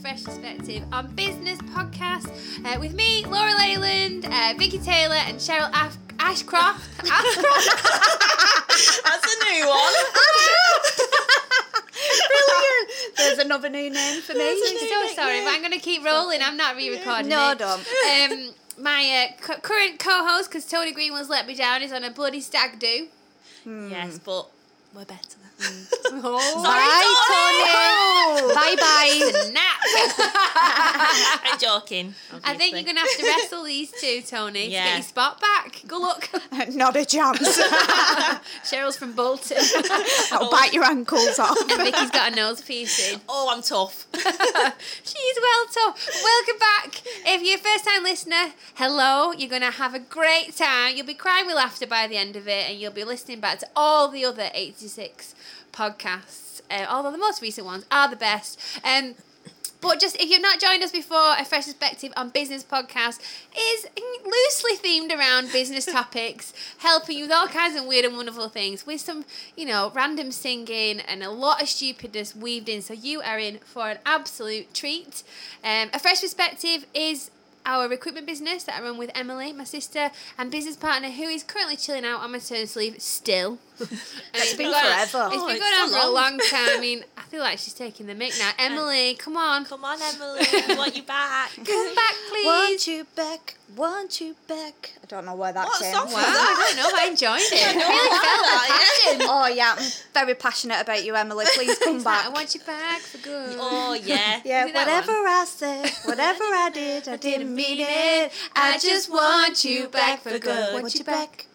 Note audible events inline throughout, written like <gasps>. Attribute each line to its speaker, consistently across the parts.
Speaker 1: Fresh Perspective on Business podcast uh, with me, Laura Leyland, uh, Vicky Taylor, and Cheryl Af- Ashcroft. Ashcroft?
Speaker 2: That's a <laughs> new one.
Speaker 3: Brilliant. There's another new name for me.
Speaker 1: I'm so sorry, but I'm going to keep rolling. I'm not re recording.
Speaker 3: No,
Speaker 1: it.
Speaker 3: don't.
Speaker 1: Um, my uh, cu- current co host, because Tony Green was let me down, is on a bloody stag do.
Speaker 2: Yes, but Mm. we're better. <laughs>
Speaker 3: <laughs> Bye, Tony. Bye,
Speaker 1: <laughs>
Speaker 3: bye.
Speaker 1: Snap.
Speaker 2: I'm joking.
Speaker 1: I think you're going to have to wrestle these two, Tony, to get
Speaker 2: Yeah.
Speaker 1: your spot back. Good luck.
Speaker 3: Not a <laughs> chance.
Speaker 1: Cheryl's from Bolton. <laughs>
Speaker 3: I'll bite your ankles <laughs> off.
Speaker 1: and Vicky's got a nose piercing.
Speaker 2: Oh, I'm tough. <laughs>
Speaker 1: <laughs> She's well tough. Welcome back. If you're a first time listener, hello. You're going to have a great time. You'll be crying with laughter by the end of it, and you'll be listening back to all the other 86 podcasts. Uh, although the most recent ones are the best. Um, but just if you've not joined us before, a fresh perspective on business podcast is loosely themed around business topics, helping you with all kinds of weird and wonderful things, with some you know random singing and a lot of stupidness weaved in. So you are in for an absolute treat. Um, a fresh perspective is our recruitment business that I run with Emily, my sister and business partner, who is currently chilling out on maternity leave still. <laughs> And it's been going on-
Speaker 3: forever.
Speaker 1: it's
Speaker 2: Oh,
Speaker 1: been
Speaker 2: it's
Speaker 1: going
Speaker 2: so
Speaker 1: on for a
Speaker 2: long.
Speaker 1: long time. I mean, I feel like she's taking the
Speaker 3: <laughs>
Speaker 1: mic now. Emily, come on,
Speaker 2: Come on, <laughs> Emily. We want you <laughs> back.
Speaker 1: come back,
Speaker 3: Want
Speaker 1: please.
Speaker 3: you back, want you back. I don't know where that's
Speaker 2: What
Speaker 3: in.
Speaker 2: song
Speaker 1: Wow, I don't know, but I enjoyed
Speaker 3: <laughs>
Speaker 1: it. I really felt that passion.
Speaker 3: Oh yeah, I'm very passionate about you, Emily. Please come <laughs> back.
Speaker 1: I want you back for good.
Speaker 2: Oh yeah.
Speaker 3: yeah,
Speaker 1: Is it that
Speaker 3: whatever I said, whatever I did, <laughs> I didn't mean it. I just want you back for good.
Speaker 2: Want
Speaker 3: you back.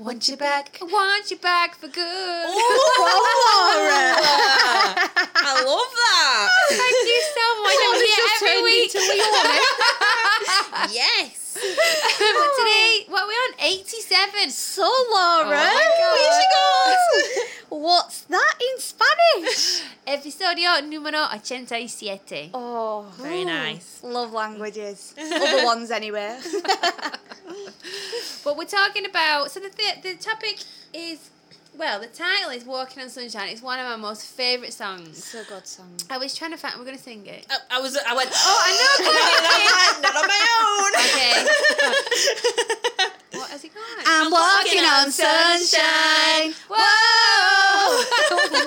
Speaker 3: Want you back.
Speaker 1: I want you back for good.
Speaker 3: Oh,
Speaker 2: Oh,
Speaker 3: <laughs>
Speaker 2: I love that.
Speaker 1: Thank you so
Speaker 3: <laughs>
Speaker 1: much.
Speaker 2: Oh,
Speaker 1: I'm
Speaker 2: this
Speaker 1: here
Speaker 2: just
Speaker 1: every
Speaker 2: turned
Speaker 1: week.
Speaker 2: into Wee
Speaker 1: <laughs>
Speaker 2: yes.
Speaker 3: <laughs>
Speaker 1: But today, what are we on? 87.
Speaker 3: So Laura,
Speaker 1: Oh
Speaker 3: Oh, <laughs> what's that in Spanish?
Speaker 1: Episodio numero 87.
Speaker 3: Oh,
Speaker 2: Very nice.
Speaker 3: love languages. Other ones anyway.
Speaker 1: But we're talking about so the th- the topic is well the title is Walking on Sunshine. It's one of my most favourite songs.
Speaker 3: so good song.
Speaker 1: I was trying to find. We're gonna sing it.
Speaker 2: I, I was. I went. Oh, <laughs>
Speaker 3: <laughs>
Speaker 1: I know,
Speaker 2: I know. Not on <laughs> my own.
Speaker 1: What has it gone?
Speaker 3: I'm walking
Speaker 2: walking
Speaker 3: on
Speaker 2: on
Speaker 3: sunshine. Whoa!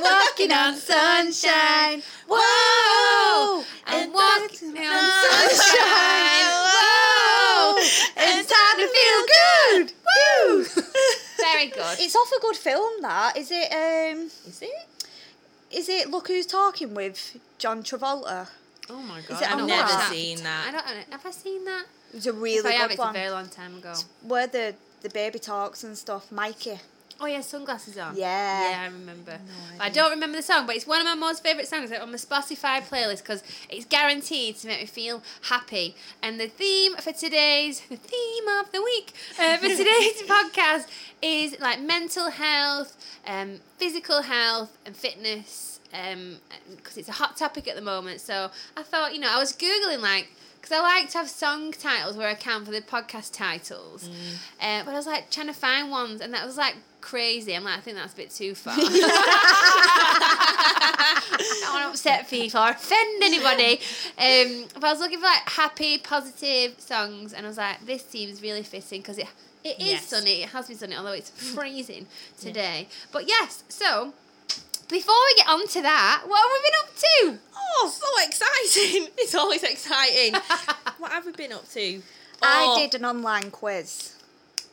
Speaker 3: walking on sunshine.
Speaker 2: Oh.
Speaker 3: Whoa!
Speaker 1: I'm
Speaker 3: And
Speaker 1: walking on
Speaker 3: sunshine. <laughs> Whoa! And Oh, it's time to feel good. Woo!
Speaker 1: Very good.
Speaker 3: <laughs> It's off a good film. That is it. Um,
Speaker 2: Is it?
Speaker 3: is it? Look who's talking with John Travolta.
Speaker 2: Oh my
Speaker 3: it
Speaker 2: god!
Speaker 3: on
Speaker 2: I've never
Speaker 3: that?
Speaker 2: seen
Speaker 1: I
Speaker 2: that.
Speaker 1: don't. I don't- Have I seen that?
Speaker 3: It's a
Speaker 1: If I
Speaker 3: really
Speaker 1: have,
Speaker 3: good
Speaker 1: it's a
Speaker 3: one.
Speaker 1: very long time ago.
Speaker 3: Where the the baby talks and stuff. Mikey.
Speaker 1: Oh yeah, sunglasses on.
Speaker 3: Yeah.
Speaker 1: Yeah, I remember. but I don't remember the song, but it's one of my most favourite songs like, on my Spotify playlist because it's guaranteed to make me feel happy. And the theme for today's the theme of the week uh, for today's podcast is like mental health, um, physical health, and fitness. Um, because it's a hot topic at the moment. So I thought, you know, I was googling like. Because I like to have song titles where I can for the podcast titles. Uh, but I was like trying to find ones, and that was like crazy. I'm like, I think that's a bit too far. <laughs> I don't want to upset people or offend anybody. Um, but I was looking for like happy, positive songs, and I was like, this seems really fitting because it it is
Speaker 2: Yes.
Speaker 1: sunny. It has been sunny, although it's freezing today. But yes, so before we get on to that, what have we been up to?
Speaker 2: Oh, so exciting! <laughs> It's
Speaker 1: <laughs>
Speaker 2: always exciting. what have we been up to?
Speaker 1: Oh.
Speaker 3: I did an online quiz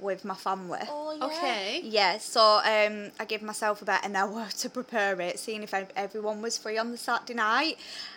Speaker 3: with my family.
Speaker 2: Oh, yeah.
Speaker 1: Okay.
Speaker 3: Yeah, so um, I gave myself about an hour <laughs> to prepare it, seeing if ev- everyone was free on the Saturday night.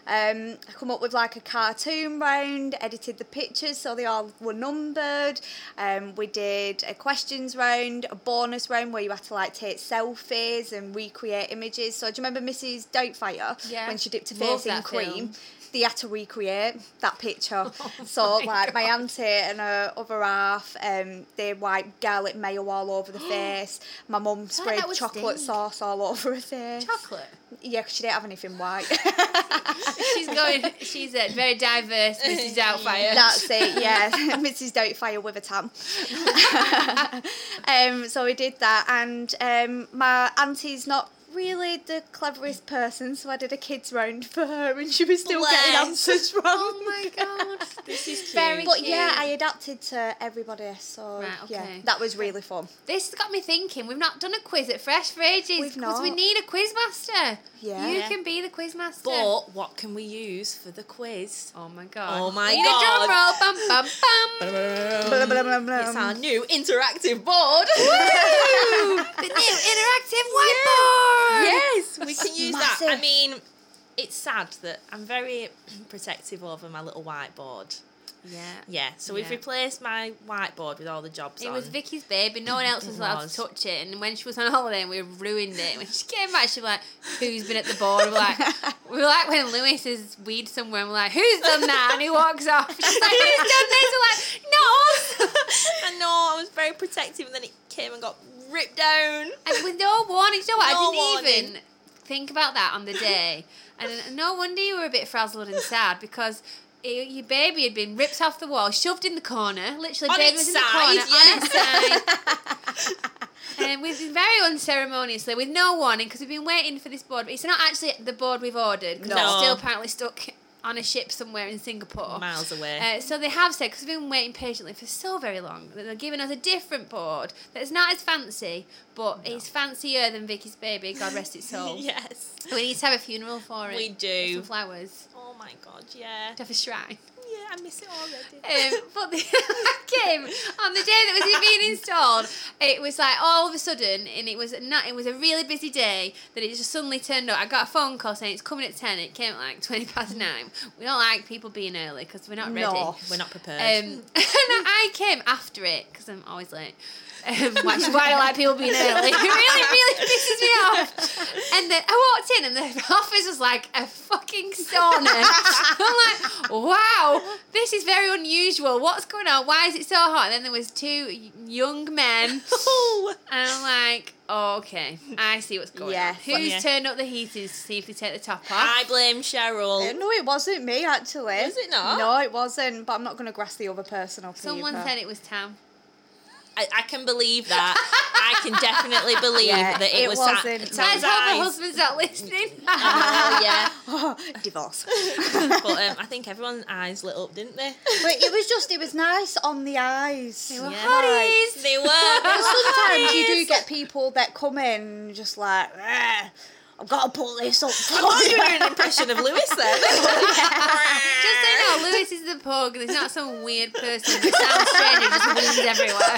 Speaker 3: Um, I come up with like a cartoon round, edited the pictures so they all were numbered. Um, we did a questions round, a bonus round where you had to like take selfies and recreate images. So do you remember Mrs. Doubtfire
Speaker 1: Yeah.
Speaker 3: when she dipped her
Speaker 1: Love
Speaker 3: face in
Speaker 1: that
Speaker 3: cream?
Speaker 1: film.
Speaker 3: They had to recreate that
Speaker 1: <laughs>
Speaker 3: picture.
Speaker 1: Oh
Speaker 3: so like my auntie and her other half, um, they wiped garlic mayo all over
Speaker 1: <gasps>
Speaker 3: the face. My mum sprayed
Speaker 1: that would
Speaker 3: chocolate
Speaker 1: stink.
Speaker 3: sauce all <laughs> over her face.
Speaker 1: Chocolate.
Speaker 3: Yeah, 'cause she didn't have
Speaker 1: <laughs>
Speaker 3: anything white.
Speaker 1: She's going. She's a very diverse Mrs. Doubtfire.
Speaker 3: That's it, yeah. <laughs> Mrs. Doubtfire with a <laughs> tam. um, so we did that, and um, my auntie's not really the cleverest person, so I did a kids round for her, and she was still getting
Speaker 2: Bless.
Speaker 3: answers wrong.
Speaker 1: <laughs> Oh my
Speaker 3: <laughs>
Speaker 1: god.
Speaker 2: This is cute.
Speaker 1: Very
Speaker 3: But
Speaker 1: cute.
Speaker 3: yeah, I adapted to everybody, so
Speaker 1: Right,
Speaker 3: yeah,
Speaker 1: okay.
Speaker 3: that was
Speaker 1: <laughs>
Speaker 3: really fun.
Speaker 1: This has got me thinking. We've not done a quiz at Fresh for ages
Speaker 3: We've
Speaker 1: because we
Speaker 3: not.
Speaker 1: need a quiz master.
Speaker 3: Yeah.
Speaker 1: You
Speaker 2: Yeah.
Speaker 1: can be the quiz master.
Speaker 2: But what can we use for the quiz?
Speaker 1: oh my god.
Speaker 2: Oh my
Speaker 1: We need
Speaker 2: God.
Speaker 1: A drum roll. Bum, bum, bum.
Speaker 2: <laughs>
Speaker 3: Blah, blah,
Speaker 2: It's
Speaker 3: blah, blah.
Speaker 2: our new interactive board.
Speaker 1: the new interactive whiteboard.
Speaker 2: yes, we
Speaker 3: That's
Speaker 2: can use that.
Speaker 3: massive.
Speaker 2: I mean, it's sad that I'm very <clears throat> protective over my little whiteboard.
Speaker 1: Yeah.
Speaker 2: Yeah, so we've
Speaker 1: Yeah.
Speaker 2: replaced my whiteboard with all the jobs
Speaker 1: It
Speaker 2: on.
Speaker 1: was
Speaker 2: <laughs>
Speaker 1: Vicky's baby. No one else
Speaker 2: It
Speaker 1: was allowed
Speaker 2: was.
Speaker 1: to touch it. And when she was on <laughs> holiday, and we ruined it. When she came back, she was like, "Who's been at the board?" We're like, we were like when Lewis is weed somewhere. and We're like, "Who's done that?" And he walks off. She's like, "Who's done this?" We're like, "No."
Speaker 2: I know I was <laughs> very protective, and then it came and got ripped down.
Speaker 1: And with no warning, do you know what?
Speaker 2: No
Speaker 1: I didn't even
Speaker 2: warning.
Speaker 1: think about that on the day. And no wonder you were a bit frazzled and sad because i your baby had been ripped off the wall, shoved in the corner, literally
Speaker 2: On
Speaker 1: baby
Speaker 2: its
Speaker 1: was
Speaker 2: side,
Speaker 1: in the corner
Speaker 2: yeah.
Speaker 1: on its side. <laughs> and with very unceremoniously, with no warning, because we've been waiting for this board. But it's not actually the board we've ordered because
Speaker 2: No.
Speaker 1: it's still apparently stuck on a ship somewhere in
Speaker 3: Oh.
Speaker 1: Singapore.
Speaker 2: Miles away.
Speaker 1: Uh, so they have said, because we've been waiting patiently for so very long, that they're giving us a different board that's not as fancy, but it's fancier than Vicky's baby, God rest its
Speaker 3: Uh,
Speaker 1: soul.
Speaker 2: <laughs> yes.
Speaker 1: We need to have a funeral for it.
Speaker 2: We
Speaker 1: With
Speaker 2: do.
Speaker 1: Some flowers.
Speaker 2: Oh my god, yeah.
Speaker 1: To have a shrine.
Speaker 2: Yeah, I miss it already.
Speaker 3: <laughs>
Speaker 1: Um, <laughs> but the came on the day that was it being installed. It was like all of a sudden, and it was not. It was a really busy day that it just suddenly turned up. I got a phone call saying it's coming at ten. It came at like twenty past nine. We don't like people being early because we're not ready.
Speaker 3: No.
Speaker 2: oh, We're not prepared. <laughs>
Speaker 1: Um, <laughs> and I came after it because I'm always late. Um, which is why I like people being early. <laughs> It really, really pisses me off. And then I walked in, and the <laughs> office was like a fucking sauna. <laughs> I'm like, wow, this is very unusual. What's going on? Why is it so hot? And then there was two y- young <laughs> men,
Speaker 2: Oh.
Speaker 1: and I'm like, oh, okay, I see what's going
Speaker 3: Yes.
Speaker 1: on. Who's
Speaker 2: Yeah.
Speaker 1: turned up the heaters to see if they take the top off?
Speaker 2: I blame Cheryl.
Speaker 3: Ah. Uh, No, it wasn't me actually.
Speaker 2: Was it not?
Speaker 3: No, it wasn't. But I'm not going to grass the other person up.
Speaker 1: Someone
Speaker 3: either.
Speaker 1: said it was Tam.
Speaker 2: I, I can believe that. I can definitely believe
Speaker 3: <laughs> Yeah,
Speaker 2: that it,
Speaker 3: it
Speaker 2: was
Speaker 3: wasn't.
Speaker 2: Sa-
Speaker 1: Let's
Speaker 2: Sam's
Speaker 1: hope her
Speaker 2: eyes.
Speaker 1: husband's not listening. <laughs>
Speaker 2: I know, yeah.
Speaker 3: <laughs> <laughs> Oh, divorce.
Speaker 2: but um, I think everyone's eyes lit up, didn't they?
Speaker 3: <laughs> but it was just it was nice on the eyes.
Speaker 1: They were
Speaker 2: <laughs> Yeah.
Speaker 1: hotties.
Speaker 2: They were.
Speaker 3: But sometimes you do get people that come in just like, "Ugh, I've got to pull this up. For
Speaker 2: Oh, you
Speaker 3: you."
Speaker 2: were an impression of Lewis then.
Speaker 3: <laughs>
Speaker 2: <laughs>
Speaker 1: Just so you know, Lewis is the pug. There's not some weird person who sounds strange and just wins everywhere.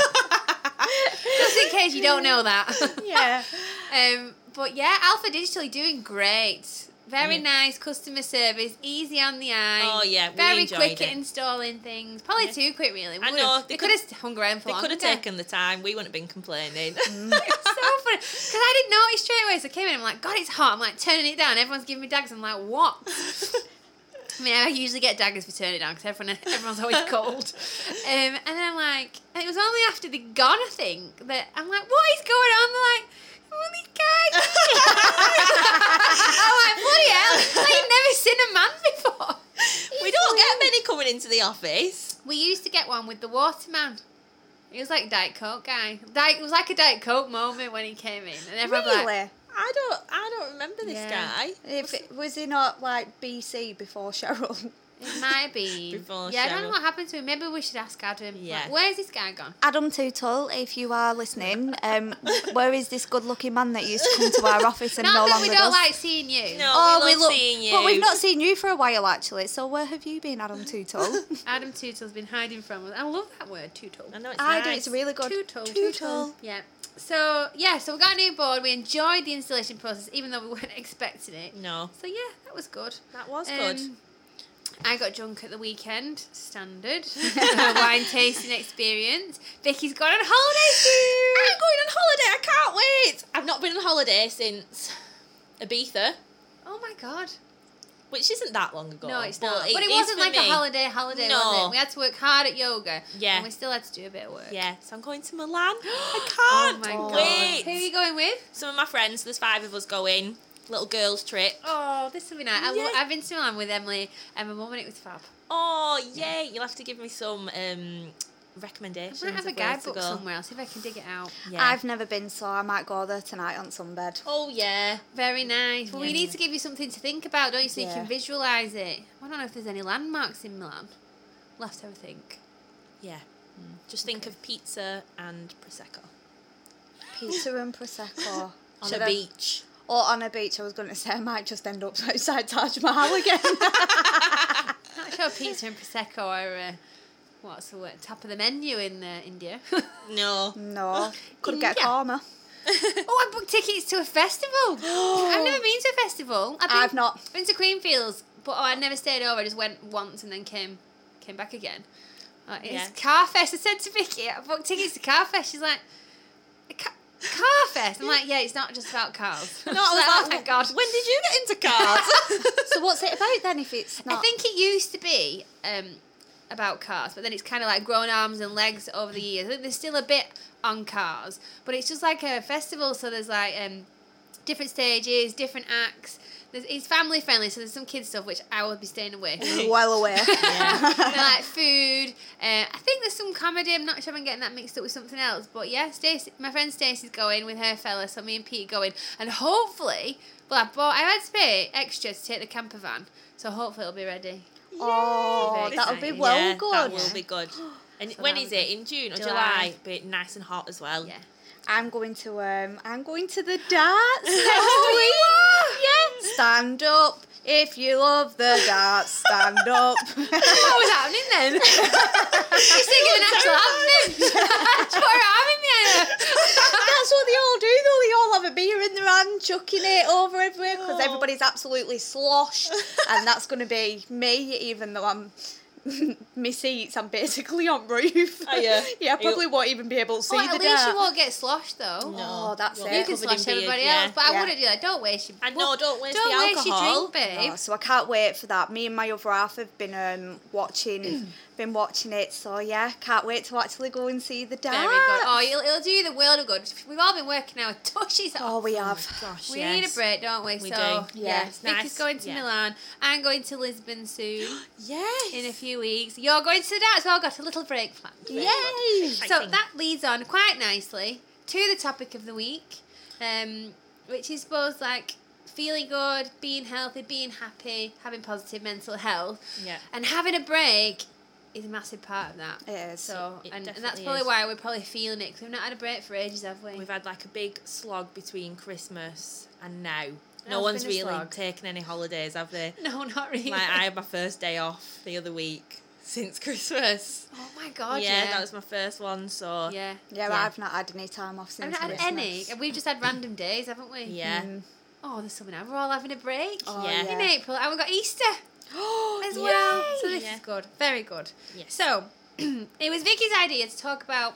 Speaker 1: Just in case you don't know that.
Speaker 3: <laughs> yeah.
Speaker 1: <laughs> Um, but yeah, Alpha Digital, you're doing great. Very
Speaker 2: Yeah.
Speaker 1: nice customer service, easy on the eye.
Speaker 2: Oh, yeah, we
Speaker 1: very
Speaker 2: enjoyed
Speaker 1: quick
Speaker 2: it.
Speaker 1: at installing things. Probably too quick, really. We
Speaker 2: I
Speaker 1: would've-
Speaker 2: know,
Speaker 1: they
Speaker 2: they
Speaker 1: could have hung around for
Speaker 2: They
Speaker 1: long.
Speaker 2: could have
Speaker 1: couldn't <laughs>
Speaker 2: taken the time. We wouldn't have been <laughs> complaining.
Speaker 1: It's so funny because I didn't notice straight away. So I came in, I'm like, God, it's hot. I'm like turning it down. Everyone's giving me daggers. I'm like, what? <laughs> I mean, I usually get daggers for turning it down because everyone, everyone's always <laughs> cold. Um, and then I'm like, and it was only after the gone, I think, that I'm like, what is going on? They're like, oh, these guys. I'm like, bloody hell. Like, you've never seen a man before.
Speaker 2: <laughs> we don't get <laughs> many coming into the office.
Speaker 1: We used to get one with the waterman. He was like Diet Coke guy. Diet, it was like a Diet Coke moment when he came in. And everyone was like,
Speaker 3: Really?
Speaker 2: I don't. I don't remember this
Speaker 1: Yeah.
Speaker 2: guy.
Speaker 3: If it, was he not like BC before Cheryl?
Speaker 1: It might be.
Speaker 2: Before
Speaker 1: yeah, I don't know
Speaker 2: Cheryl.
Speaker 1: what happened to him. Maybe we should ask Adam. Yeah.
Speaker 2: Yeah.
Speaker 1: Like, where's this guy gone?
Speaker 3: Adam Tootle, if you are listening, um, where is this good-looking man that used to come to our office and
Speaker 1: Not
Speaker 3: no
Speaker 1: that we
Speaker 3: longer does? Oh,
Speaker 1: don't like seeing you.
Speaker 2: No, we love seeing you.
Speaker 3: But we've not seen you for a while, actually. So where have you been, Adam <laughs> Tootle?
Speaker 1: Adam Tootle's been hiding from us. I love that word, Tootle.
Speaker 2: I know it's
Speaker 3: I do.
Speaker 2: nice.
Speaker 3: It's really good.
Speaker 1: Tootle.
Speaker 3: Tootle.
Speaker 1: Yeah. So, yeah, so we got a new board. We enjoyed the installation process, even though we <laughs> weren't expecting it.
Speaker 2: No,
Speaker 1: So, yeah, that was good.
Speaker 2: that was
Speaker 1: Um,
Speaker 2: good.
Speaker 1: I got drunk at the weekend,
Speaker 2: <laughs>
Speaker 1: standard <laughs> wine tasting experience. Vicky's gone on holiday soon.
Speaker 2: I'm going on holiday. I can't wait. I've not been on holiday since Ibiza,
Speaker 1: Oh my god!
Speaker 2: which isn't that long ago.
Speaker 1: No, it's not. but it
Speaker 2: is
Speaker 1: wasn't
Speaker 2: for
Speaker 1: like
Speaker 2: me.
Speaker 1: a holiday, holiday, was
Speaker 2: No.
Speaker 1: it? We had to work hard at yoga.
Speaker 2: Yeah.
Speaker 1: And we still had to do a bit of work.
Speaker 2: Yeah, so I'm going to <gasps> Milan. I can't
Speaker 1: oh my
Speaker 2: wait.
Speaker 1: God. Who are you going with?
Speaker 2: Some of my friends, there's five of us going. Little girls trip.
Speaker 1: Oh, this will be nice. I
Speaker 2: Yeah.
Speaker 1: lo- I've been to Milan with Emily and my mum, and it was fab.
Speaker 2: Oh yay! You'll have to give me some um, recommendations.
Speaker 1: I might have a
Speaker 2: of where to
Speaker 1: guidebook
Speaker 2: go.
Speaker 1: somewhere. I'll see if I can dig it out.
Speaker 2: Yeah.
Speaker 3: I've never been, so I might go there tonight on sunbed.
Speaker 1: Oh yeah, very nice. Well, we
Speaker 2: Yeah.
Speaker 1: need to give you something to think about, don't you? So you
Speaker 3: Yeah.
Speaker 1: can visualize it. I don't know if there's any landmarks in Milan. We'll have to have a think.
Speaker 2: yeah. Mm. Just think of pizza and prosecco
Speaker 3: <laughs> Pizza and prosecco
Speaker 2: on
Speaker 3: Should
Speaker 2: a
Speaker 3: I-
Speaker 2: beach.
Speaker 3: Or on a beach. I was going to say I might just end up <laughs> outside Taj Mahal again.
Speaker 1: I'm not sure pizza and prosecco are uh, what's the word top of the menu in uh, India. <laughs>
Speaker 2: No. <laughs>
Speaker 3: no, could get
Speaker 1: Yeah.
Speaker 3: karma.
Speaker 1: Mm. oh, I booked tickets to a <gasps> festival. I've never been to a festival. I've, been,
Speaker 3: I've not.
Speaker 1: been to Creamfields, but oh, I never stayed over. I just went once and then came came back again. Uh, it's
Speaker 2: Yeah.
Speaker 1: Carfest. I said to Vicky, I booked tickets to Carfest. She's like, "Ca- Carfest. I'm like, yeah, it's not just about cars. <laughs>
Speaker 2: No, I was
Speaker 1: oh,
Speaker 2: like,
Speaker 1: thank God.
Speaker 2: When did you get into
Speaker 1: <laughs>
Speaker 2: cars?
Speaker 3: So what's it about then? If it's not,
Speaker 1: I think it used to be um, about cars, but then it's kind of like grown arms and legs over the years. I think there's still a bit on cars, but it's just like a festival, so there's like um, different stages, different acts. There's, it's family friendly, so there's some kids stuff which I will be staying away from.
Speaker 3: <laughs> well aware. <laughs>
Speaker 1: <laughs> But, like food. Uh, I think there's some comedy. I'm not sure if I'm getting that mixed up with something else. But yeah, Stacey, my friend Stacey's going with her fella, so me and Pete are going. And hopefully, well, I bought, I had to pay extra to take the camper van. So hopefully it'll be ready.
Speaker 3: Oh,
Speaker 1: Very
Speaker 3: that'll be
Speaker 1: exciting.
Speaker 3: well
Speaker 2: yeah,
Speaker 3: good.
Speaker 2: That will be good.
Speaker 1: <gasps>
Speaker 2: And
Speaker 1: So
Speaker 2: when
Speaker 1: that'll
Speaker 2: is
Speaker 1: be
Speaker 2: it? In June or July?
Speaker 1: July.
Speaker 2: But nice and hot as well. <laughs>
Speaker 1: Yeah.
Speaker 3: I'm going to um, I'm going to the darts next
Speaker 2: Oh,
Speaker 3: week. Yeah, stand up if you love the darts.
Speaker 2: <laughs>
Speaker 3: Stand up.
Speaker 1: What was happening then? <laughs> you singing an actual anthem. Put her arm in the air.
Speaker 3: That's what they all do though. They all have a beer in their hand, chucking it over everywhere because
Speaker 2: Oh.
Speaker 3: everybody's absolutely sloshed, and that's going to be me. Even though I'm. <laughs> my seats, I'm basically on roof.
Speaker 2: Are ya?
Speaker 3: <laughs> yeah, I
Speaker 2: Are Oh, you- Oh,
Speaker 3: probably won't even be able to see
Speaker 1: Well,
Speaker 3: the
Speaker 1: at least
Speaker 3: dart.
Speaker 1: you won't get sloshed though.
Speaker 3: Oh, that's
Speaker 2: you're
Speaker 3: it.
Speaker 1: You can
Speaker 2: covered in
Speaker 1: slosh
Speaker 2: beard,
Speaker 1: everybody
Speaker 2: yeah.
Speaker 1: else, but I
Speaker 3: Yeah.
Speaker 1: wouldn't do that. Don't waste your.
Speaker 2: And no, don't waste
Speaker 1: don't
Speaker 2: the
Speaker 1: waste your
Speaker 2: alcohol.
Speaker 1: drink, babe.
Speaker 3: Oh, so I can't wait for that. Me and my other half have been um, watching, <clears throat> been watching it. So yeah, can't wait to actually go and see the dance.
Speaker 1: Very good. Oh, it'll, it'll do you the world of good. We've all been working our <laughs> tushies off.
Speaker 3: Oh, we have.
Speaker 2: Gosh,
Speaker 1: we need a
Speaker 2: yes.
Speaker 1: break, don't we?
Speaker 2: We
Speaker 1: so,
Speaker 2: do.
Speaker 1: yeah.
Speaker 3: Yeah.
Speaker 1: Vicky's
Speaker 2: Nice.
Speaker 1: going to
Speaker 2: Yeah.
Speaker 1: Milan. I'm going to Lisbon soon
Speaker 2: <gasps>
Speaker 1: <gasps>
Speaker 2: Yes.
Speaker 1: in a few weeks. You're going to the Dutch. Well, I've got a little break planned.
Speaker 3: Yay!
Speaker 1: So
Speaker 2: Exciting.
Speaker 1: that leads on quite nicely to the topic of the week, um, which is both like feeling good, being healthy, being happy, having positive mental health,
Speaker 2: Yeah.
Speaker 1: and having a break is a massive part of that.
Speaker 3: It is.
Speaker 1: So,
Speaker 2: It
Speaker 1: and, and that's
Speaker 2: definitely
Speaker 1: probably
Speaker 2: is.
Speaker 1: why we're probably feeling it because we've not had a break for ages, have we?
Speaker 2: We've had like a big slog between Christmas and now.
Speaker 1: Now
Speaker 2: No
Speaker 1: it's
Speaker 2: one's
Speaker 1: been a
Speaker 2: really
Speaker 1: slog.
Speaker 2: taken any holidays,
Speaker 1: <laughs>
Speaker 2: have they?
Speaker 1: <laughs> no, not really.
Speaker 2: Like I had my first day off the other week since <laughs> Christmas.
Speaker 1: <laughs> oh my god!
Speaker 2: yeah,
Speaker 1: Yeah,
Speaker 2: that was my first one. So
Speaker 1: yeah.
Speaker 3: Yeah,
Speaker 2: Yeah.
Speaker 3: I've not had any time off
Speaker 1: I've
Speaker 3: since.
Speaker 1: not had
Speaker 3: Christmas.
Speaker 1: any. We've just had random days, haven't we?
Speaker 2: yeah.
Speaker 3: Mm.
Speaker 1: Oh, there's something. We're all having a break.
Speaker 3: Oh,
Speaker 2: Yeah.
Speaker 3: yeah.
Speaker 1: In
Speaker 3: <gasps>
Speaker 1: April, and we've got Easter <gasps> as
Speaker 2: Yay!
Speaker 1: well. So this
Speaker 2: Yeah.
Speaker 1: is good. Very good.
Speaker 2: Yes.
Speaker 1: So, <clears throat> it was Vicky's idea to talk about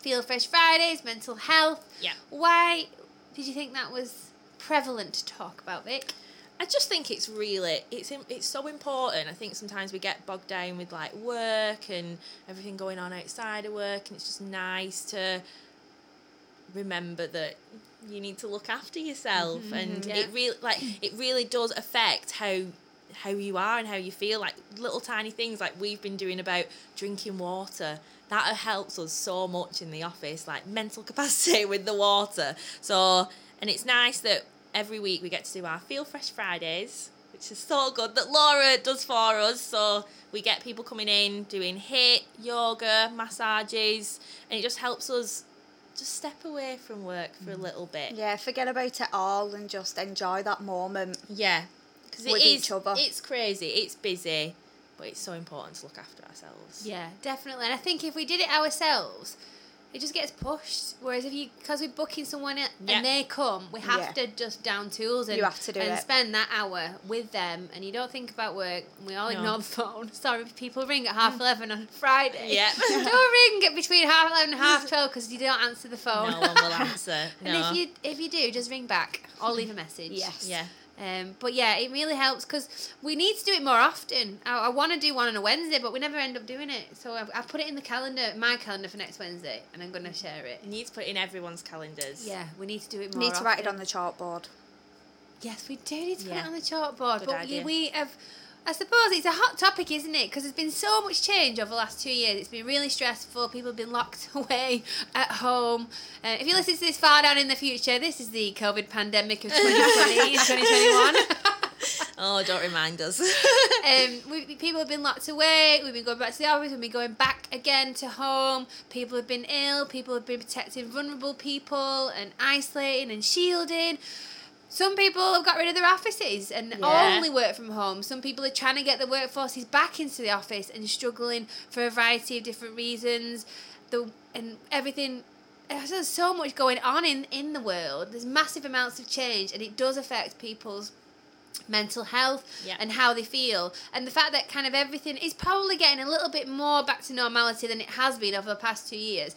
Speaker 1: Feel Fresh Fridays, mental health.
Speaker 2: Yeah.
Speaker 1: Why did you think that was prevalent to talk about, Vic?
Speaker 2: I just think it's really it's im- it's so important. I think sometimes we get bogged down with like work and everything going on outside of work, and it's just nice to remember that you need to look after yourself, and
Speaker 1: Yeah.
Speaker 2: it really like it really does affect how how you are and how you feel like little tiny things like we've been doing about drinking water that helps us so much in the office like mental <laughs> capacity with the water so and it's nice that every week we get to do our feel fresh fridays which is so good that laura does for us so we get people coming in doing hit yoga massages and it just helps us just step away from work for a
Speaker 1: Mm.
Speaker 2: little bit
Speaker 3: Yeah, forget about it all and just enjoy that moment.
Speaker 2: yeah, because
Speaker 3: With each other.
Speaker 2: It's crazy. It's busy, but it's so important to look after ourselves.
Speaker 1: Yeah, definitely. And I think if we did it ourselves, it just gets pushed. Whereas if you, because we're booking someone e-
Speaker 2: Yeah.
Speaker 1: and they come, we have
Speaker 3: Yeah.
Speaker 1: to just down tools and,
Speaker 3: You have to do
Speaker 1: and
Speaker 3: it.
Speaker 1: spend that hour with them. And you don't think about work. And we all
Speaker 2: No. Mm.
Speaker 1: ignore the phone. <laughs> Sorry, people ring at half 11 on Friday.
Speaker 2: Yeah.
Speaker 1: <laughs> don't ring between half 11 and
Speaker 2: <laughs>
Speaker 1: half 12 because you don't answer the phone.
Speaker 2: No
Speaker 1: <laughs>
Speaker 2: one will answer. No.
Speaker 1: And if you if you do, just ring back or leave a message.
Speaker 3: Yes.
Speaker 2: yeah,
Speaker 1: Um, but yeah, it really helps because we need to do it more often. I, I want to do one on a Wednesday, but we never end up doing it. So I've, I put it in the calendar, my calendar for next Wednesday, and I'm going to share it.
Speaker 2: you need to put in everyone's calendars.
Speaker 1: Yeah, we need to do it more.
Speaker 3: Need to write it
Speaker 1: often.
Speaker 3: on the chalkboard.
Speaker 1: Yes, we do need to
Speaker 2: Yeah.
Speaker 1: put it on the chaltboard.
Speaker 2: Good
Speaker 1: but we,
Speaker 2: idea.
Speaker 1: we have I suppose it's a hot topic, isn't it? Because there's been so much change over the last two years. It's been really stressful. People have been locked <laughs> away at home. Uh, if you listen to this far down in the future, this is the COVID pandemic
Speaker 2: <laughs>
Speaker 1: of 2020 and 2021.
Speaker 2: Oh, don't remind us. <laughs>
Speaker 1: um, we, people have been locked away. We've been going back to the office. We've been going back again to home. People have been ill. People have been protecting vulnerable people and isolating and shielding. Some people have got rid of their offices and
Speaker 2: Yeah.
Speaker 1: only work from home. Some people are trying to get their workforces back into the office and struggling for a variety of different reasons. The and everything. There's so much going on in, in the world. There's massive amounts of change, and it does affect people's mental health
Speaker 2: Yeah.
Speaker 1: and how they feel and the fact that kind of everything is probably getting a little bit more back to normality than it has been over the past two years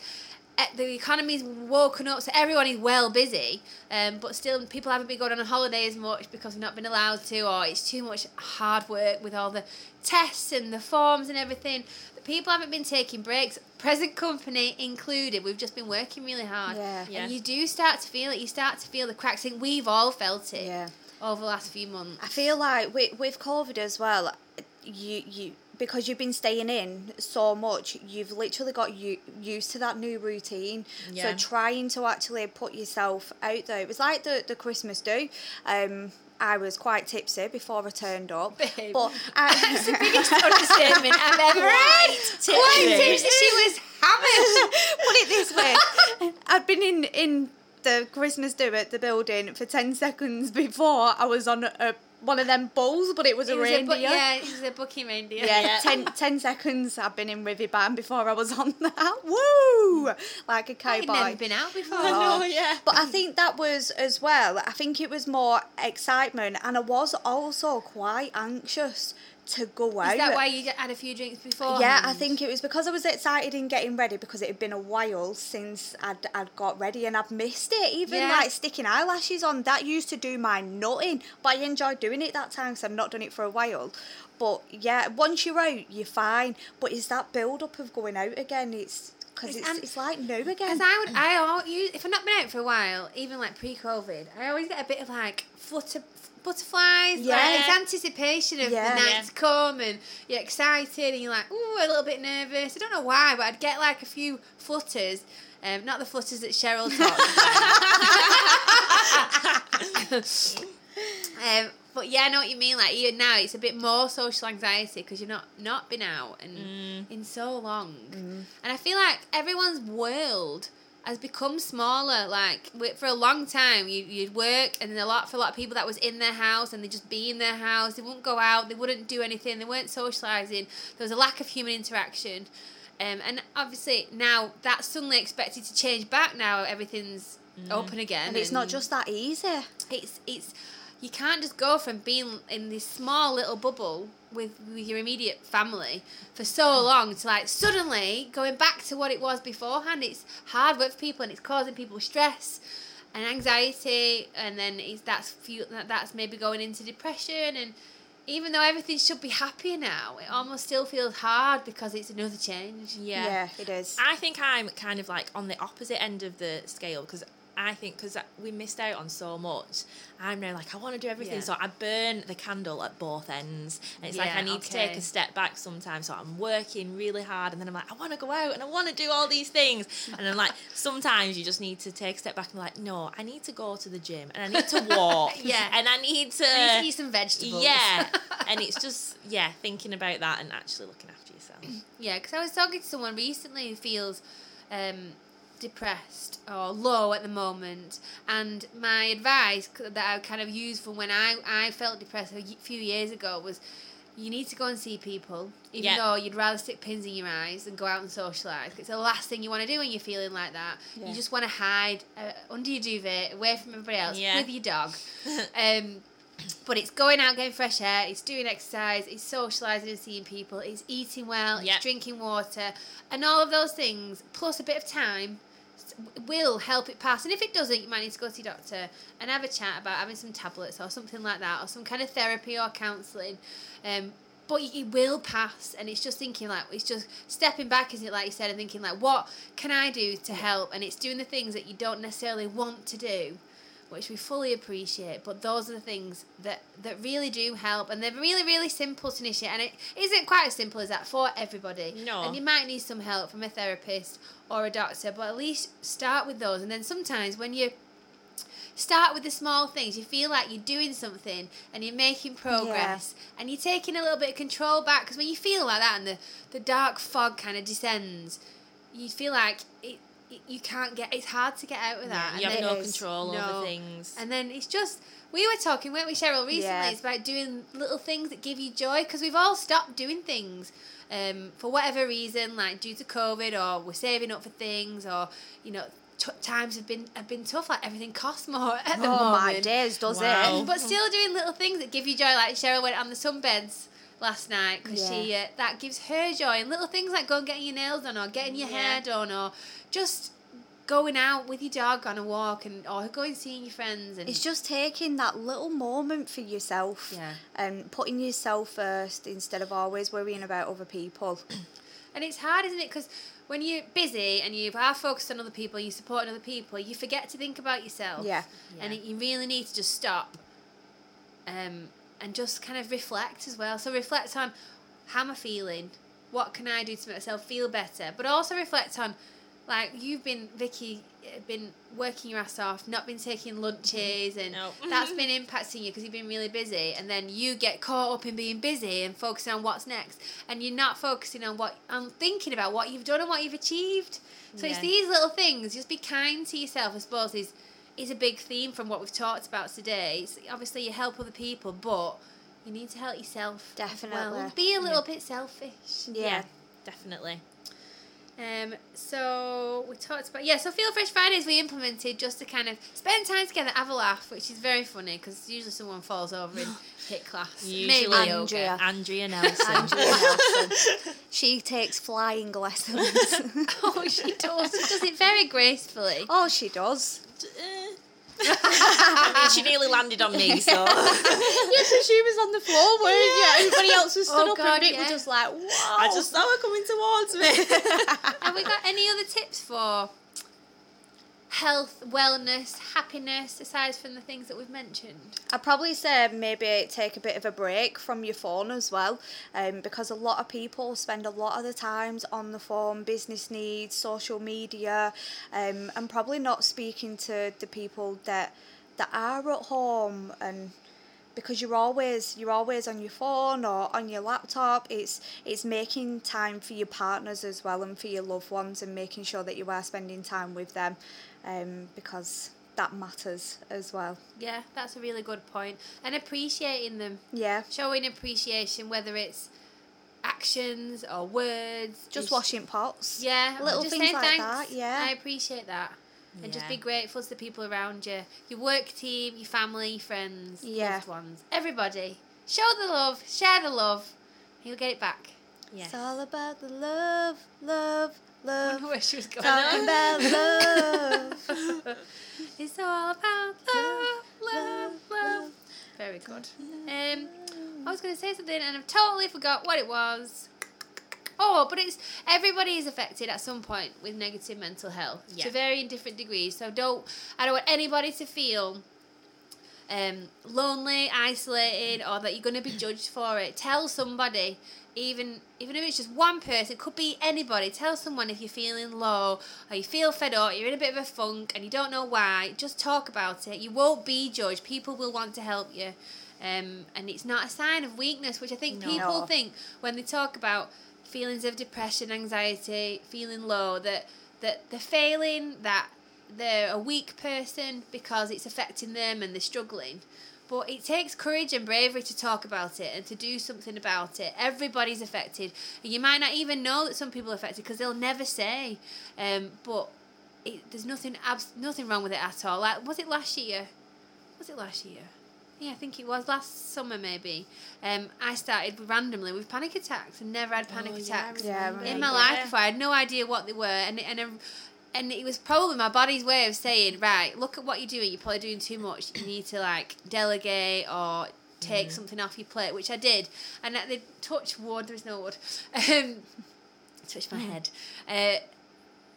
Speaker 1: Eh, the economy's woken up so everyone is well busy um, but still people haven't been going on holiday as much because they've not been allowed to or it's too much hard work with all the tests and the forms and everything But people haven't been taking breaks present company included we've just been working really hard
Speaker 3: Yeah.
Speaker 2: Yeah.
Speaker 1: and you do start to feel it you start to feel the cracks I think we've all felt it
Speaker 3: Yeah.
Speaker 1: over the last few months
Speaker 3: I feel like with, with COVID as well, you you because you've been staying in so much, you've literally got u- used to that new routine.
Speaker 2: Yeah.
Speaker 3: So trying to actually put yourself out there, it was like the the Christmas do. Um, I was quite tipsy before I turned
Speaker 1: <laughs>
Speaker 3: up,
Speaker 1: Babe.
Speaker 3: but
Speaker 1: <laughs>
Speaker 3: I,
Speaker 1: That's the biggest understatement I've ever heard.
Speaker 2: tipsy.
Speaker 1: Quite tipsy. She was <laughs> hammered.
Speaker 3: put it this way. I'd been in in the Christmas do at the building for ten seconds before I was on a, one of them bowls, but it was a
Speaker 1: It was a
Speaker 3: reindeer.
Speaker 1: bu- yeah, it was a bookie reindeer. <laughs>
Speaker 3: Yeah, ten, 10 seconds I've been in Rivy Band before I was on <laughs> that. Woo! Like a
Speaker 1: I'd never
Speaker 3: cowboy.
Speaker 1: been out before.
Speaker 3: Oh,
Speaker 2: I know, yeah.
Speaker 3: But I think that was as well, I think it was more excitement and I was also quite anxious to go out.
Speaker 1: Is that why you had a few drinks before?
Speaker 3: Yeah, I think it was because I was excited in getting ready because it had been a while since I'd, I'd got ready and I'd missed it. Even
Speaker 1: Yeah.
Speaker 3: like sticking eyelashes on, that used to do my nutting, but I enjoyed doing it that time because I've not done it for a while. But yeah, once you're out, you're fine. But it's that build up of going out again. It's because
Speaker 1: It's-
Speaker 3: it's,
Speaker 1: and-
Speaker 3: it's, like new again.
Speaker 1: Because I would, I al- you if I've not been out for a while, even like pre-COVID, I always get a bit of like flutter, butterflies. Yeah.
Speaker 3: Yeah.
Speaker 1: it's anticipation of the
Speaker 3: Yeah.
Speaker 1: night
Speaker 2: Yeah.
Speaker 1: to come, and you're excited, and you're like, ooh, a little bit nervous. I don't know why, but I'd get like a few flutters. Um, not the flutters that Cheryl talks about. um, but yeah, I know what you mean. Like even now, it's a bit more social anxiety because you've not not been out and in so long,
Speaker 3: Mm.
Speaker 1: and I feel like everyone's world has become smaller. Like wi- for a long time, you you'd work, and a lot for a lot of people that was in their house, and they just be in their house. They wouldn't go out. They wouldn't do anything. They weren't socializing. There was a lack of human interaction. Um, and obviously now that's suddenly expected to change back now everything's open again
Speaker 3: and it's not just that easy.
Speaker 1: it's it's you can't just go from being in this small little bubble with, with your immediate family for so long to like suddenly going back to what it was beforehand. It's hard work for people and it's causing people stress and anxiety, and then it's that's few, that, that's maybe going into depression. And even though everything should be happier now, it almost still feels hard because it's another change.
Speaker 2: Yeah.
Speaker 3: it is.
Speaker 2: I think I'm kind of like on the opposite end of the scale because I think because we missed out on so much. I'm now like I want to do everything,
Speaker 1: Yeah.
Speaker 2: so I burn the candle at both ends, and it's like
Speaker 1: Yeah,
Speaker 2: I need to take
Speaker 1: okay.
Speaker 2: a step back sometimes. So I'm working really hard, and then I'm like I want to go out and I want to do all these things,
Speaker 1: <laughs>
Speaker 2: and I'm like sometimes you just need to take a step back and be like no, I need to go to the gym and I need to walk,
Speaker 1: <laughs> Yeah.
Speaker 2: and I need to,
Speaker 1: I need to eat some vegetables. <laughs>
Speaker 2: yeah, and it's just yeah thinking about that and actually looking after yourself.
Speaker 1: Yeah, because I was talking to someone recently who feels um, depressed or low at the moment, and my advice c- that I kind of used from when I, I felt depressed a y- few years ago was you need to go and see people, even
Speaker 2: Yeah.
Speaker 1: though you'd rather stick pins in your eyes than go out and socialise. It's the last thing you want to do when you're feeling like that.
Speaker 3: Yeah.
Speaker 1: You just want to hide uh, under your duvet, away from everybody else,
Speaker 2: Yeah.
Speaker 1: with your dog.
Speaker 2: <laughs>
Speaker 1: um, but it's going out, getting fresh air, it's doing exercise, it's socialising and seeing people, it's eating well,
Speaker 2: Yep.
Speaker 1: it's drinking water, and all of those things, plus a bit of time, s- will help it pass. And if it doesn't, you might need to go to your doctor and have a chat about having some tablets or something like that, or some kind of therapy or counselling. Um, but y- it will pass, and it's just thinking like it's just stepping back, isn't it? Like you said, and thinking like, what can I do to help? And it's doing the things that you don't necessarily want to do, which we fully appreciate. But those are the things that, that really do help, and they're really, really simple to initiate. And it isn't quite as simple as that for everybody.
Speaker 2: No.
Speaker 1: And you might need some help from a therapist or a doctor, but at least start with those. And then sometimes when you start with the small things, you feel like you're doing something and you're making progress and you're taking a little bit of control back. Because when you feel like that and the, the dark fog kind of descends, you feel like it, it, you can't get it's hard to get out of that. and
Speaker 2: you have
Speaker 1: then-
Speaker 2: no
Speaker 3: it is.
Speaker 2: control
Speaker 1: No.
Speaker 2: over things.
Speaker 1: and then it's just we were talking, weren't we, Cheryl? Recently,
Speaker 3: Yeah.
Speaker 1: it's about doing little things that give you joy because we've all stopped doing things um, for whatever reason, like due to COVID, or we're saving up for things, or you know, t- times have been have been tough. Like everything costs more <laughs> at the
Speaker 3: oh
Speaker 1: moment.
Speaker 3: my days, does
Speaker 2: Wow.
Speaker 3: it?
Speaker 1: But still doing little things that give you joy, like Cheryl went on the sunbeds last night because she uh, that gives her joy, and little things like going getting your nails done or getting your hair
Speaker 2: Yeah.
Speaker 1: done or just going out with your dog on a walk and or going seeing your friends and
Speaker 3: It's just taking that little moment for yourself
Speaker 1: Yeah.
Speaker 3: and putting yourself first instead of always worrying about other people.
Speaker 1: And it's hard, isn't it? Because when you're busy and you are focused on other people, you support other people, you forget to think about yourself.
Speaker 3: Yeah.
Speaker 1: And
Speaker 2: Yeah.
Speaker 1: it, you really need to just stop um, and just kind of reflect as well. So reflect on how am I feeling? What can I do to make myself feel better? But also reflect on, like, you've been, Vicky, eh, been working your ass off, not been taking lunches, and
Speaker 2: No.
Speaker 1: that's been impacting you because you've been really busy. And then you get caught up in being busy and focusing on what's next. And you're not focusing on what, on thinking about what you've done and what you've achieved. So it's
Speaker 2: Yeah.
Speaker 1: these little things. Just be kind to yourself, I suppose, is is a big theme from what we've talked about today. It's obviously you help other people, but you need to help yourself. as well.
Speaker 3: Definitely.
Speaker 1: Be a little bit selfish.
Speaker 3: Yeah.
Speaker 2: definitely.
Speaker 1: Um, so we talked about yeah. So Feel Fresh Fridays we implemented just to kind of spend time together, have a laugh, which is very funny because usually someone falls over in hit class.
Speaker 2: Usually
Speaker 1: Maybe <laughs>
Speaker 3: Andrea.
Speaker 1: yoga.
Speaker 2: <laughs> Andrea Nelson.
Speaker 3: Angela Nelson. She takes flying lessons. <laughs>
Speaker 1: Oh, she does. She does it very gracefully.
Speaker 3: oh, she does.
Speaker 2: Eh. I mean, <laughs> she nearly landed on me, <laughs> so
Speaker 3: Yes, so she was on the floor, weren't yeah. Everybody else was
Speaker 1: stood up and Vic was just
Speaker 3: like, wow.
Speaker 2: Oh, I just saw her coming towards me. <laughs>
Speaker 1: Have we got any other tips for health, wellness, happiness, aside from the things that we've mentioned?
Speaker 3: I'd probably say maybe take a bit of a break from your phone as well, um, because a lot of people spend a lot of the times on the phone, business needs, social media, um, and probably not speaking to the people that that are at home and because you're always you're always on your phone or on your laptop it's it's making time for your partners as well and for your loved ones and making sure that you are spending time with them um, because that matters as well
Speaker 1: Yeah, that's a really good point. And appreciating them,
Speaker 3: yeah
Speaker 1: showing appreciation, whether it's actions or words.
Speaker 3: just
Speaker 1: is-
Speaker 3: washing pots.
Speaker 1: Yeah,
Speaker 3: little
Speaker 1: just
Speaker 3: things
Speaker 1: saying
Speaker 3: like
Speaker 1: thanks.
Speaker 3: that. Yeah,
Speaker 1: I appreciate that. And just
Speaker 2: Yeah.
Speaker 1: be grateful to the people around you, your work team, your family, your friends,
Speaker 3: Yeah.
Speaker 1: loved ones, everybody. Show the love, share the love, and you'll get it back.
Speaker 2: Yes.
Speaker 3: it's all about the love, love,
Speaker 1: <laughs> I
Speaker 3: love.
Speaker 1: wonder where she was going. <laughs>
Speaker 3: Talking about love.
Speaker 1: It's all about love, love, love. Very good. Um, I was going to say something and I've totally forgot what it was. Oh, but it's everybody is affected at some point with negative mental health
Speaker 2: Yeah.
Speaker 1: to varying different degrees. So don't I don't want anybody to feel um, lonely, isolated, or that you're going to be judged for it. Tell somebody, even even if it's just one person, it could be anybody. Tell someone if you're feeling low or you feel fed up, you're in a bit of a funk, and you don't know why. Just talk about it. You won't be judged. People will want to help you, um, and it's not a sign of weakness, which I think
Speaker 2: No.
Speaker 1: people
Speaker 3: No.
Speaker 1: think when they talk about feelings of depression, anxiety, feeling low, that that they're failing, that they're a weak person because it's affecting them and they're struggling. But it takes courage and bravery to talk about it and to do something about it. Everybody's affected, and you might not even know that some people are affected because they'll never say. Um, but it, there's nothing abs- nothing wrong with it at all. Like was it last year? Was it last year? Yeah, I think it was last summer maybe. Um, I started randomly with panic attacks and never had panic attacks
Speaker 3: Oh, Yeah,
Speaker 1: in my life before. I had no idea what they were, and and um, and it was probably my body's way of saying, right, look at what you're doing. You're probably doing too much. You need to like delegate or
Speaker 3: Mm.
Speaker 1: take something off your plate, which I did. And at the <laughs>
Speaker 3: Mm.
Speaker 1: touch wood, there was no wood. Um, touch my head. Uh,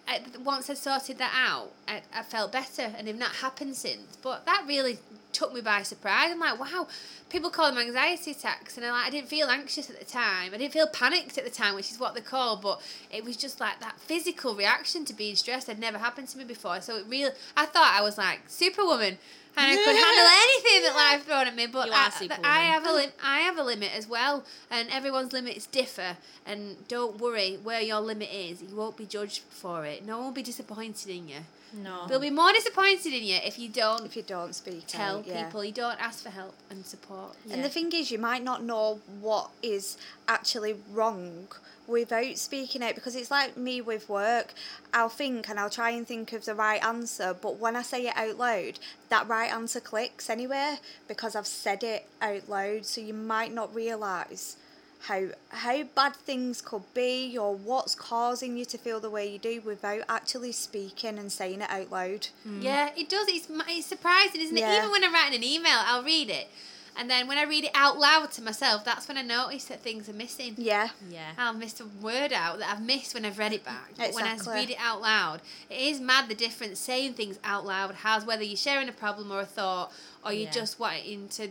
Speaker 1: I, once I sorted that out, I, I felt better, and they've not happened since. But that really took me by surprise. I'm like, wow, people call them anxiety attacks, and I, like, I didn't feel anxious at the time. I didn't feel panicked at the time, which is what they call. But it was just like that physical reaction to being stressed had never happened to me before. So it really, I thought I was like Superwoman. And I could
Speaker 2: <laughs>
Speaker 1: handle anything that life thrown at me, but
Speaker 2: You are
Speaker 1: I,
Speaker 2: Superwoman.
Speaker 1: I have a lim- I have a limit as well, and everyone's limits differ. And don't worry, where your limit is, you won't be judged for it. No one will be disappointed in you.
Speaker 2: No.
Speaker 1: They'll be more disappointed in you if you don't
Speaker 3: if you don't speak
Speaker 1: tell
Speaker 3: out, yeah.
Speaker 1: people you don't ask for help and support
Speaker 3: And the thing is, you might not know what is actually wrong without speaking out because it's like me with work. I'll think and I'll try and think of the right answer, but when I say it out loud, that right answer clicks anywhere because I've said it out loud. So you might not realise how how bad things could be or what's causing you to feel the way you do without actually speaking and saying it out loud.
Speaker 1: yeah it does it's, m- it's surprising isn't it
Speaker 3: Mm. Yeah.
Speaker 1: even when i'm writing an email i'll read it and then when i read it out loud to myself that's when i notice that things are missing
Speaker 3: Yeah.
Speaker 2: Yeah.
Speaker 1: I'll miss a word out that I've missed when I've read it back. But when I
Speaker 3: Exactly.
Speaker 1: read it out loud, it is mad the difference saying things out loud has, whether you're sharing a problem or a thought, or you're
Speaker 2: Yeah.
Speaker 1: just wanting to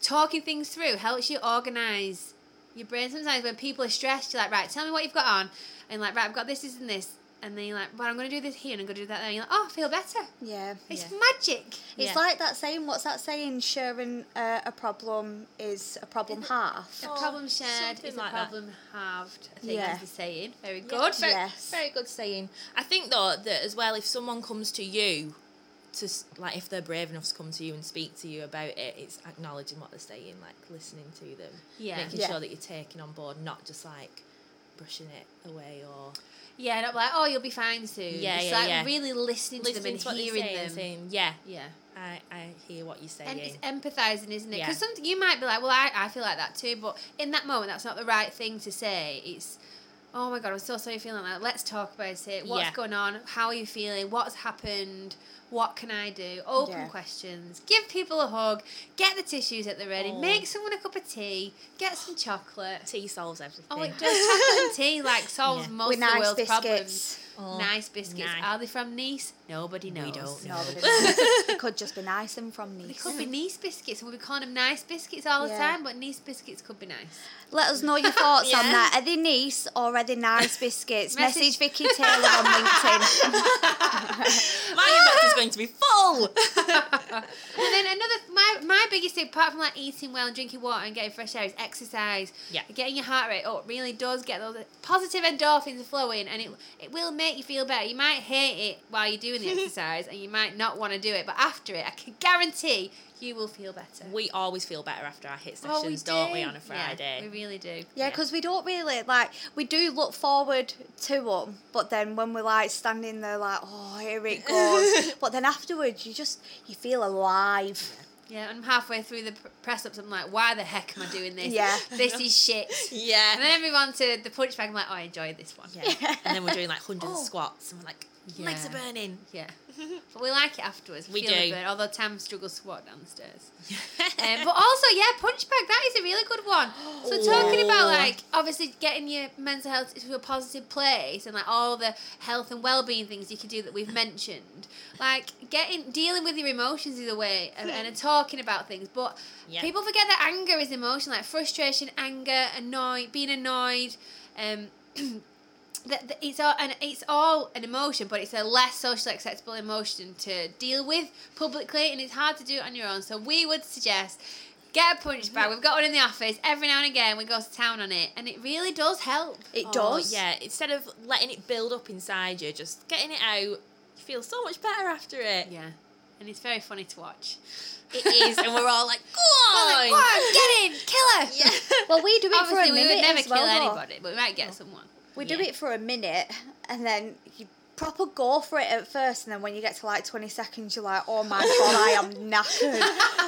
Speaker 1: talking things through helps you organize your brain. Sometimes when people are stressed, you're like, right, tell me what you've got on, and like, right, I've got this, this, and this, and then you're like, well, I'm gonna do this here, and I'm gonna do that there. And you're like, oh, I feel better.
Speaker 3: Yeah.
Speaker 1: It's
Speaker 2: Yeah.
Speaker 1: magic.
Speaker 2: Yeah.
Speaker 3: It's like that saying. What's that saying? Sharing uh, a problem is a problem half.
Speaker 1: A
Speaker 2: Oh,
Speaker 1: problem shared
Speaker 2: something
Speaker 1: is
Speaker 2: like
Speaker 1: a
Speaker 2: that.
Speaker 1: problem halved. I think
Speaker 3: Yeah.
Speaker 1: is the saying. Very
Speaker 2: Yeah,
Speaker 1: good.
Speaker 2: Very,
Speaker 3: Yes.
Speaker 2: very good saying. I think though that as well, if someone comes to you, to s- like if they're brave enough to come to you and speak to you about it, it's acknowledging what they're saying, like listening to them,
Speaker 1: Yeah.
Speaker 2: making
Speaker 3: Yeah.
Speaker 2: sure that you're taking on board, not just like brushing it away or
Speaker 1: Yeah, not like, oh, you'll be fine soon.
Speaker 2: Yeah,
Speaker 1: it's
Speaker 2: yeah,
Speaker 1: like
Speaker 2: yeah.
Speaker 1: really listening,
Speaker 2: listening
Speaker 1: to
Speaker 2: to
Speaker 1: them
Speaker 2: what
Speaker 1: and
Speaker 2: they're
Speaker 1: hearing
Speaker 2: saying.
Speaker 1: them.
Speaker 2: and saying, yeah,
Speaker 1: Yeah.
Speaker 2: I, I hear what you're saying.
Speaker 1: And it's empathizing, isn't it?
Speaker 2: Yeah.
Speaker 1: Because something you might be like, well, I, I feel like that too, but in that moment, that's not the right thing to say. It's, oh my God, I'm so sorry you're feeling like that. Let's talk about it. What's
Speaker 2: Yeah.
Speaker 1: going on? How are you feeling? What's happened? What can I do? Open
Speaker 3: Yeah.
Speaker 1: questions. Give people a hug. Get the tissues at the ready.
Speaker 2: Oh.
Speaker 1: Make someone a cup of tea. Get some chocolate.
Speaker 2: Tea solves everything.
Speaker 1: Oh, it does. Chocolate
Speaker 2: <laughs>
Speaker 1: and tea like solves
Speaker 2: Yeah.
Speaker 1: most
Speaker 3: With
Speaker 1: of the
Speaker 3: nice
Speaker 1: world's problems.
Speaker 3: biscuits.
Speaker 2: Oh,
Speaker 1: Nice biscuits.
Speaker 2: nice.
Speaker 1: Are they from Nice? Nobody knows.
Speaker 2: don't know.
Speaker 3: <laughs> No, but it's- it could just be nice and from
Speaker 1: They
Speaker 3: Nice.
Speaker 1: could be Nice biscuits, and we call them Nice biscuits all the
Speaker 3: Yeah.
Speaker 1: time. But Nice biscuits could be nice.
Speaker 3: Let us know your thoughts on
Speaker 2: Yeah.
Speaker 3: that. Are they nice or are they nice biscuits?
Speaker 1: Message-
Speaker 3: Message Vicky Taylor on LinkedIn.
Speaker 2: <laughs> My inbox is going to
Speaker 1: <laughs>
Speaker 2: be full.
Speaker 1: And then another, my my biggest thing, apart from like eating well and drinking water and getting fresh air, is exercise.
Speaker 2: Yeah.
Speaker 1: Getting your heart rate up really does get those positive endorphins flowing, and it it will make you feel better. You might hate it while you're
Speaker 2: <laughs>
Speaker 1: doing the exercise, and you might not want to do it, but after it, I can guarantee you will feel better.
Speaker 2: we always feel better after our hit sessions,
Speaker 1: Oh, we
Speaker 2: don't we,
Speaker 1: do.
Speaker 2: on
Speaker 1: Yeah,
Speaker 2: a Friday?
Speaker 1: we really do.
Speaker 3: Yeah,
Speaker 2: Yeah.
Speaker 3: because we don't really like we do look forward to them, but then when we're like standing there, like oh here it goes. but then afterwards, you just you feel alive.
Speaker 1: Yeah, I'm halfway through the pr- press ups. I'm like, why the heck am I doing this?
Speaker 3: Yeah.
Speaker 1: This is shit.
Speaker 2: yeah.
Speaker 1: And then I move on to the punch bag. I'm like, oh, I enjoyed this one.
Speaker 2: Yeah. and then we're doing like hundreds of
Speaker 3: Oh.
Speaker 2: squats and we're like, legs are
Speaker 1: Yeah.
Speaker 2: burning.
Speaker 1: Yeah. But we like it afterwards.
Speaker 2: We
Speaker 1: feel the
Speaker 2: do.
Speaker 1: burn, although Tam struggles to walk downstairs.
Speaker 2: <laughs>
Speaker 1: Um, but also, yeah, punch bag. That is a really good one. So talking about
Speaker 2: Oh.
Speaker 1: like obviously getting your mental health to a positive place and like all the health and well-being things you can do that we've mentioned. Like getting dealing with your emotions is a way of, and talking about things, but
Speaker 2: Yeah.
Speaker 1: people forget that anger is emotion, like frustration, anger, annoyed, being annoyed. Um, that that it's all and it's all an emotion, but it's a less socially acceptable emotion to deal with publicly, and it's hard to do it on your own. So we would suggest get a punch bag. We've got one in the office every now and again. We go to town on it, and it really does help.
Speaker 3: It
Speaker 2: Oh,
Speaker 3: does.
Speaker 2: Yeah, instead of letting it build up inside you, just getting it out, you feel so much better after it.
Speaker 1: Yeah, and it's very funny to watch.
Speaker 2: It is,
Speaker 1: <laughs>
Speaker 2: and we're all like, go on!
Speaker 1: Like, "Go on, get in, kill her.
Speaker 2: Yeah.
Speaker 1: <laughs>
Speaker 3: Well, we do it
Speaker 1: Obviously,
Speaker 3: for a
Speaker 1: we
Speaker 3: minute
Speaker 1: would never
Speaker 3: as
Speaker 1: kill
Speaker 3: well, though.
Speaker 1: anybody, but we might get someone. <laughs>
Speaker 3: We do
Speaker 2: Yeah.
Speaker 3: it for a minute and then you proper go for it at first and then when you get to like 20 seconds you're like oh my god I am
Speaker 1: <laughs>
Speaker 3: knackered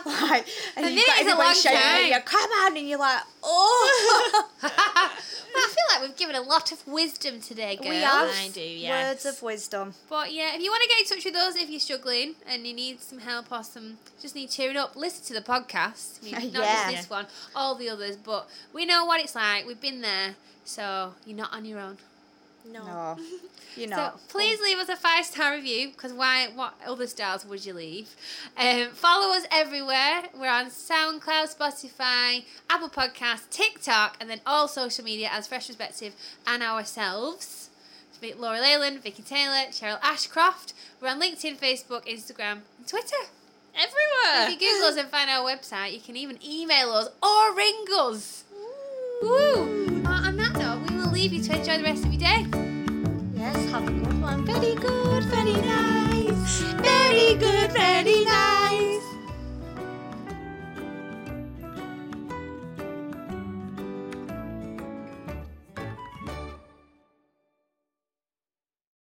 Speaker 3: <laughs> like, and
Speaker 1: A
Speaker 3: you've got
Speaker 1: minute is a long
Speaker 3: everyone shouting at
Speaker 1: time.
Speaker 3: you come on and you're like
Speaker 1: <laughs>
Speaker 3: oh
Speaker 1: well, I feel like we've given a lot of wisdom today, girls.
Speaker 3: we are
Speaker 2: I do, yes.
Speaker 3: words of wisdom
Speaker 1: But yeah, if you want to get in touch with us if you're struggling and you need some help or some just need cheering up, listen to the podcast. I mean, not
Speaker 3: Yeah.
Speaker 1: just this one, all the others, but we know what it's like. We've been there, so you're not on your own.
Speaker 2: No.
Speaker 3: No, Oh, you know.
Speaker 1: <laughs> So please leave us a five star review because why? What other stars would you leave? Um, follow us everywhere. We're on SoundCloud, Spotify, Apple Podcasts, TikTok, and then all social media as Fresh Perspective and ourselves. It's me, Laura Leyland, Vicky Taylor, Cheryl Ashcroft. We're on LinkedIn, Facebook, Instagram, and Twitter.
Speaker 2: Everywhere.
Speaker 1: If you Google us and find our website, you can even email us or ring us. Woo! Uh, on that note, we will leave you to enjoy the rest of your day.
Speaker 3: Yes, have a good one. Very good.